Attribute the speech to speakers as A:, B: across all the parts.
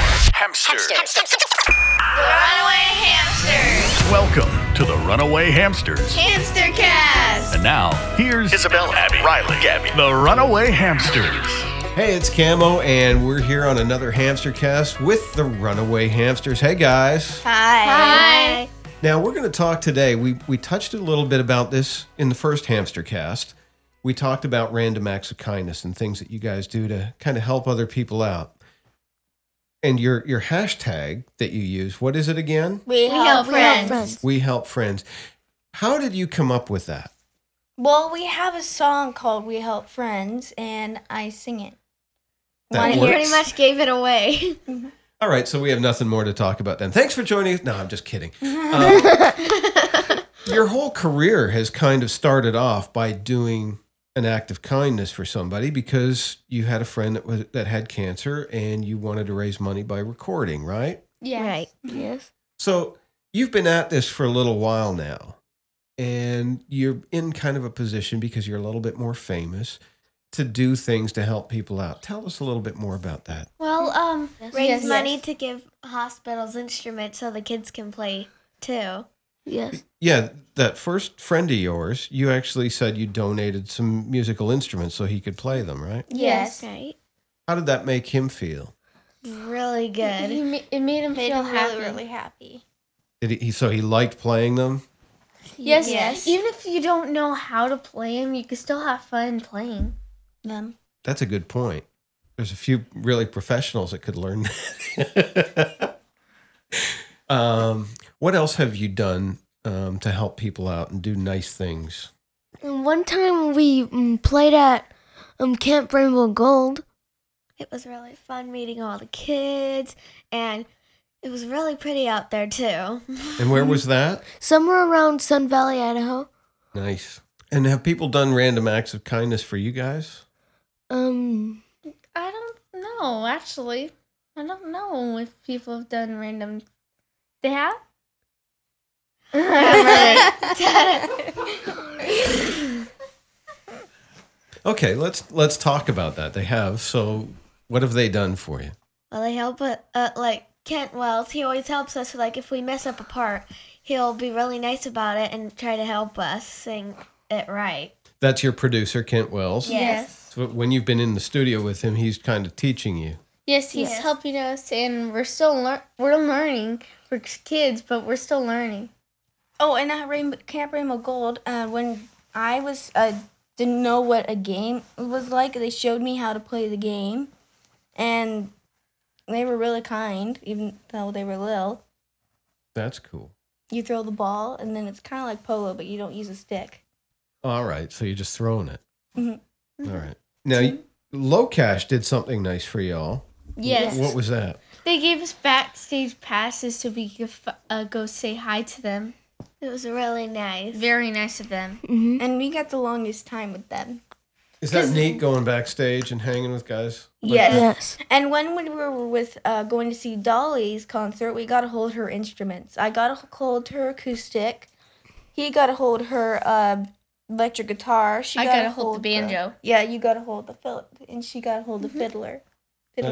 A: hamsters.
B: Runaway hamsters.
C: Welcome to the Runaway Hamsters.
B: Hamster cast.
C: And now, here's
A: Isabel, Abby, Riley, Gabby.
C: the Runaway Hamsters.
D: Hey, it's Camo, and we're here on another hamster cast with the Runaway Hamsters. Hey, guys.
B: Hi.
D: Now, we're going to talk today. We, we touched a little bit about this in the first hamster cast. We talked about random acts of kindness and things that you guys do to kind of help other people out. And your, your hashtag that you use, what is it again?
B: We, help friends.
D: We help friends. How did you come up with that?
E: Well, we have a song called "We Help Friends," and I sing it.
D: That
B: You
D: works?
B: pretty much gave it away.
D: All right, so we have nothing more to talk about then. Thanks for joining us. No, I'm just kidding. Uh, your whole career has kind of started off by doing an act of kindness for somebody because you had a friend that was that had cancer and you wanted to raise money by recording, right?
B: yeah. Right.
E: Yes.
D: So you've been at this for a little while now, and you're in kind of a position because you're a little bit more famous to do things to help people out. Tell us a little bit more about that.
F: Well, um, raise
E: Yes,
F: money
E: yes.
F: to give hospitals instruments so the kids can play too.
E: Yes.
D: Yeah, that first friend of yours, you actually said you donated some musical instruments so he could play them, right?
E: Yes.
F: Right?
D: How did that make him feel?
F: Really good.
B: it made him
E: Made
B: feel
E: him
B: happy.
E: really, really happy.
D: Did he, he so he liked playing them?
B: Yes.
E: Yes.
B: Even if you don't know how to play him, you can still have fun playing.
E: Them.
D: That's a good point. There's a few really professionals that could learn that. um, what else have you done um, to help people out and do nice things?
G: And one time we um,
F: mm,
G: played at um, Camp Rainbow Gold.
F: It was really fun meeting all the kids, and it was really pretty out there too.
D: And where was that?
G: Somewhere around Sun Valley, Idaho.
D: Nice. And have people done random acts of kindness for you guys?
G: Um,
B: I don't know, actually. I don't know if people have done random. They have?
D: Okay, let's let's talk about that. They have. So, what have they done for you?
F: Well, they help uh, uh, like Kent Wells. He always helps us. Like if we mess up a part, he'll be really nice about it and try to help us sing it right.
D: That's your producer, Kent Wells.
B: Yes.
D: So when you've been in the studio with him, he's kind of teaching you.
B: Yes, he's
F: Yes.
B: helping us, and we're still lear- we're learning. We're kids, but we're still learning.
E: Oh, and at Rainbow, Camp Rainbow Gold, uh, when I was uh, didn't know what a game was like, they showed me how to play the game, and they were really kind, even though they were little.
D: That's cool.
E: You throw the ball, and then it's kind of like polo, but you don't use a stick.
D: All right. So you're just throwing it.
E: Mhm.
D: All right. Now, you- Low Cash did something nice for y'all.
B: Yes.
D: What was that?
B: They gave us backstage passes so we could f- uh, go say hi to them.
F: It was really nice.
B: Very nice of them.
G: mhm.
E: And we got the longest time with them.
D: Is that neat going backstage and hanging with guys?
E: Yes.
G: yes.
E: And when we were with uh, going to see Dolly's concert, we got to hold her instruments. I got to hold her acoustic. He got to hold her uh, electric guitar. She
B: I
E: got
B: gotta
E: to
B: hold the banjo.
E: yeah, you got to hold the fiddle, and she got to hold the fiddler.
D: That's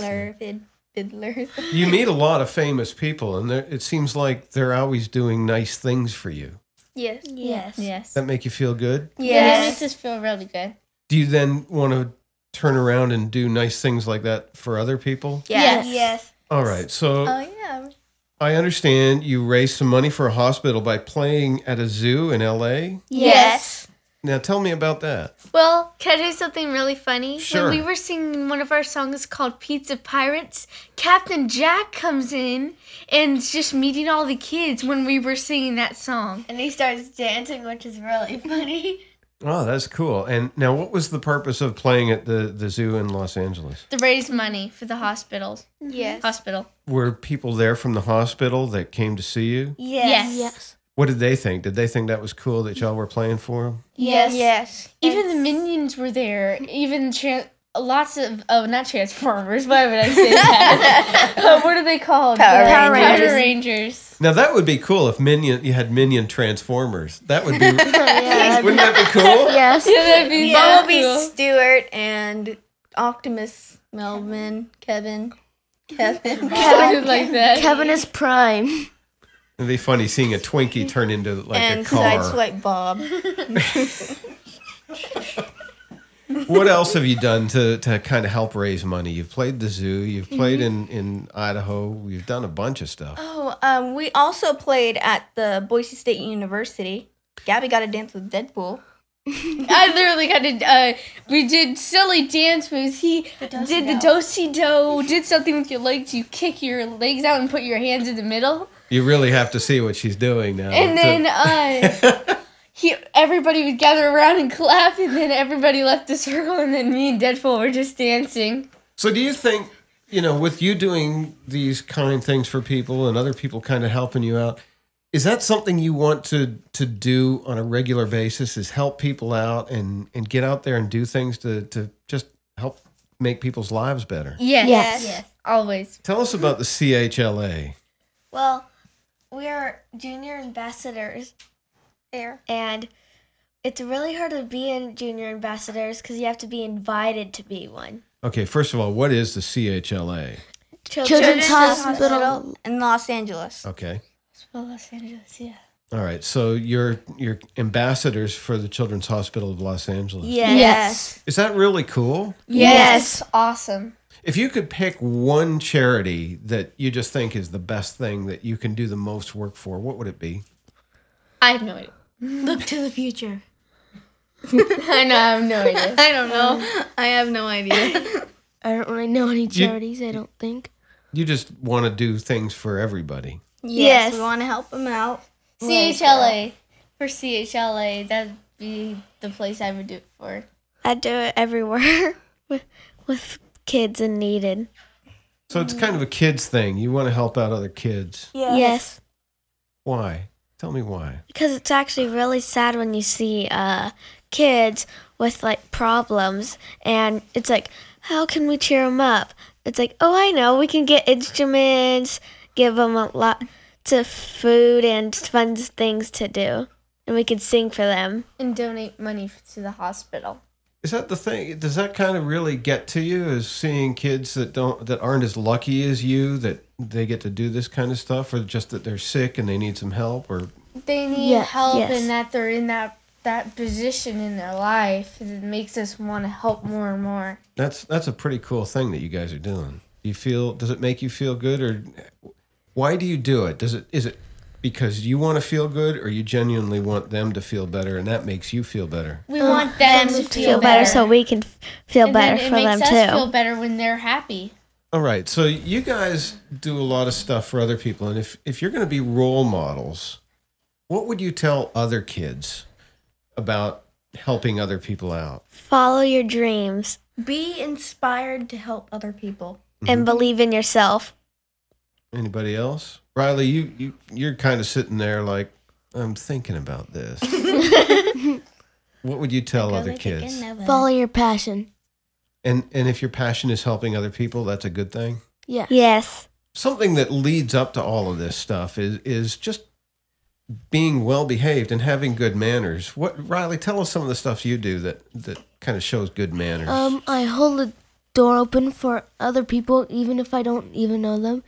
E: Fiddler, fid, fiddler.
D: You meet a lot of famous people, and they're- it seems like they're always doing nice things for you.
E: yes.
F: Yes.
B: Yes.
D: That make you feel good?
B: Yeah, it
E: Yes.
B: makes us feel really good.
D: Do you then want to turn around and do nice things like that for other people?
B: Yes.
F: Yes.
D: All right. So
E: Oh yeah.
D: I understand you raised some money for a hospital by playing at a zoo in LA.
B: Yes.
D: Now tell me about that.
B: Well, can I do something really funny?
D: Sure.
B: When we were singing one of our songs called Pizza Pirates, Captain Jack comes in and is just meeting all the kids when we were singing that song.
F: And he starts dancing, which is really funny.
D: Oh, that's cool. And now what was the purpose of playing at the, the zoo in Los Angeles?
B: To raise money for the hospitals.
E: Yes.
B: Hospital.
D: Were people there from the hospital that came to see you?
B: Yes.
G: Yes.
D: What did they think? Did they think that was cool that y'all were playing for them?
B: Yes.
E: Yes.
B: Even the minions were there. Even tran lots of oh, not Transformers. Why would I say that? Uh, what are they called?
E: Power
B: The
E: Rangers.
B: Power Rangers.
D: Now that would be cool if Minion you had Minion Transformers. That would be Wouldn't that be cool?
G: Yes.
B: Yeah, that'd be so
E: Bumblebee
B: cool.
E: Stewart and Optimus Melvin Kevin. Kevin.
B: Sounded like that.
G: Kevin is prime.
D: It'd be funny seeing a
B: Mm-hmm.
D: Twinkie turn into like a
E: and
D: car.
E: sideswipe Bob.
D: what else have you done to, to kind of help raise money? You've played the zoo. You've played
B: Mm-hmm.
D: in, in Idaho. You've done a bunch of stuff.
E: Oh, um, we also played at the Boise State University. Gabby got to dance with Deadpool.
B: I literally got to. Uh, we did silly dance moves. He did the do si do. Did something with your legs. You kick your legs out and put your hands in the middle.
D: You really have to see what she's doing now.
B: And
D: to-
B: then uh, he, everybody would gather around and clap. And then everybody left the circle. And then me and Deadpool were just dancing.
D: So do you think, you know, with you doing these kind things for people and other people kind of helping you out, is that something you want to to do on a regular basis is help people out and and get out there and do things to to just help make people's lives better?
B: Yes.
G: Yes.
F: Yes.
B: Always.
D: Tell us about the CHLA.
F: Well, we are junior ambassadors,
E: There.
F: and it's really hard to be in junior ambassadors because you have to be invited to be one.
D: Okay, first of all, what is the CHLA?
G: Children's Hospital.
E: in Los Angeles.
D: Okay.
F: Well, Los Angeles, yeah.
D: All right. So you're you're ambassadors for the Children's Hospital of Los Angeles.
E: Yes.
D: Is that really cool?
B: Yes. Awesome.
D: If you could pick one charity that you just think is the best thing that you can do the most work for, what would it be?
B: I have no idea.
G: Look to the future.
B: I know. I have no idea.
A: I don't know. I have no idea.
G: I don't really know any charities. I don't think.
D: You just want to do things for everybody.
E: Yes. We want to help him out.
B: CHLA. For CHLA, that'd be the place I would do it for.
F: I do it everywhere with, with kids and needed.
D: So it's kind
F: Mm.
D: of a kids thing. You want to help out other kids.
F: Yes.
D: Why? Tell me why.
F: Because it's actually really sad when you see uh, kids with like problems, and it's like, how can we cheer them up? It's like, oh, I know, we can get instruments, give them a lot of food and fun things to do, and we can sing for them.
B: And donate money to the hospital.
D: Is that the thing? Does that kind of really get to you? Is seeing kids that don't that aren't as lucky as you that they get to do this kind of stuff, or just that they're sick and they need some help, or
B: They need
G: Yeah,
B: help
G: yes.
B: and that they're in that that position in their life that makes us want to help more and more.
D: That's that's a pretty cool thing that you guys are doing. Do you feel does it make you feel good or why do you do it? Does it is it because you want to feel good or you genuinely want them to feel better and that makes you feel better?
B: We want them to feel,
F: Um, Feel better, so we can f- feel
B: And then
F: better
B: it
F: for them
B: makes us
F: too.
B: feel better when they're happy.
D: All right. So you guys do a lot of stuff for other people and if if you're going to be role models, what would you tell other kids about helping other people out?
F: Follow your dreams
E: Be inspired to help other people.
F: and believe in yourself.
D: Mm-hmm. Anybody else? Riley, you you you're kind of sitting there like I'm thinking about this. what would you tell other kids?
G: Follow your passion.
D: And and if your passion is helping other people, that's a good thing.
G: Yeah.
F: Yes.
D: Something that leads up to all of this stuff is is just being well behaved and having good manners. What Riley, tell us some of the stuff you do that that kind of shows good manners.
F: Uh,
G: Um, I hold the door open for other people, even if I don't even know them,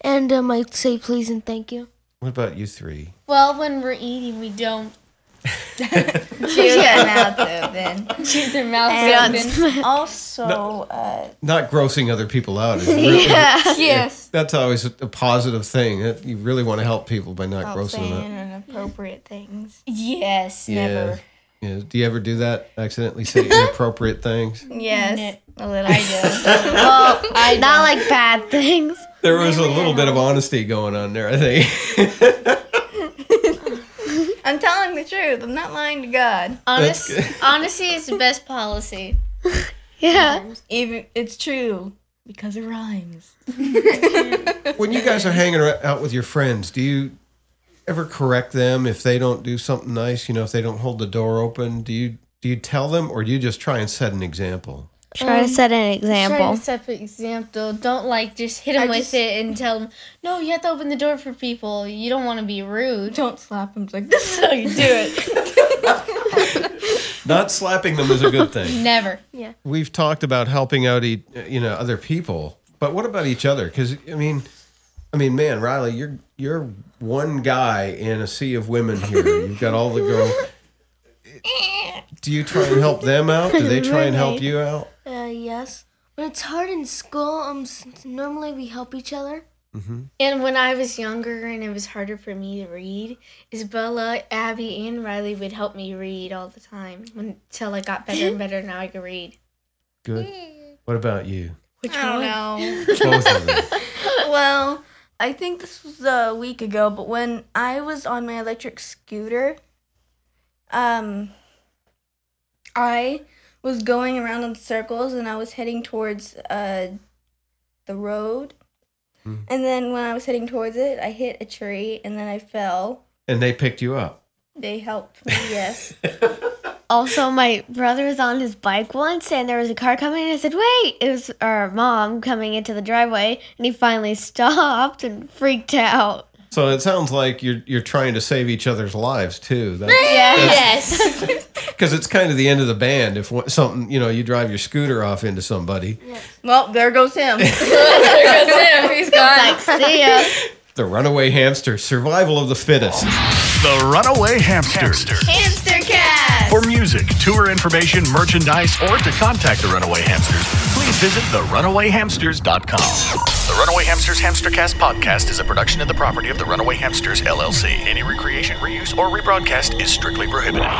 G: and um, I say please and thank you.
D: what about you three?
B: Well, when we're eating, we don't
E: Chew your mouth open.
B: chew their mouths open.
E: Also, uh,
D: Not grossing other people out. Is really,
B: yes.
D: That's always a positive thing. That you really want to help people by
E: Oh,
D: not grossing them out.
E: saying inappropriate things.
B: Yes. Never.
D: Yeah. yeah. Do you ever do that? Accidentally say inappropriate things?
E: Yes. A little. I
B: Well, I
F: Not like bad things.
D: There was a little bit of honesty going on there, I think.
E: do. I'm telling the truth. I'm not lying to God.
D: That's
B: honest,
D: good.
B: honesty is the best policy.
F: Yeah.
E: Even it's true because it rhymes.
D: when you guys are hanging ar- out with your friends, do you ever correct them if they don't do something nice? You know, if they don't hold the door open, do you do you tell them or do you just try and set an example?
F: Try
G: Um,
F: to set an
B: Try
F: example.
B: to set an example. Don't like just hit them with it and tell them, no, you have to open the door for people. You don't want to be rude.
E: Don't slap him. It's like this is how you do it.
D: Not slapping them is a good thing.
B: Never.
D: We've talked about helping out, eat, you know, e, other people, But what about each other? Because I mean, I mean, man, Riley, you're you're one guy in a sea of women here. You've got all the girl. Do you try and help them out? Do they try and help you out?
G: Uh, yes. When it's hard in school, um, s- normally we help each other.
A: And when I was younger and it was harder for me to read, Isabella, Abby, and Riley would help me read all the time until I got better and better. Now I can read.
D: Good. What about you?
A: I don't know.
D: Both of them.
E: well, I think this was a week ago, but when I was on my electric scooter, um, I was going around in circles and I was heading towards uh, the road. And then when I was heading towards it, I hit a tree and then I fell.
D: And they picked you up.
E: They helped me, yes.
F: Also, my brother was on his bike once, and there was a car coming, and I said, "Wait!" It was our mom coming into the driveway, and he finally stopped and freaked out.
D: So it sounds like you're you're trying to save each other's lives too. That's,
A: yes.
D: Because it's kind of the end of the band if one- something, you know, you drive your scooter off into somebody.
E: well, there goes him.
A: there goes him. He's gone.
F: See ya.
D: The runaway hamster, survival of the fittest.
C: The Runaway Hamsters.
A: Hamster cat.
C: For music, tour information, merchandise, or to contact the Runaway Hamsters, please visit therunawayhamsters.com. The Runaway Hamsters Hamstercast podcast is a production of the property of the Runaway Hamsters LLC. Any recreation, reuse, or rebroadcast is strictly prohibited.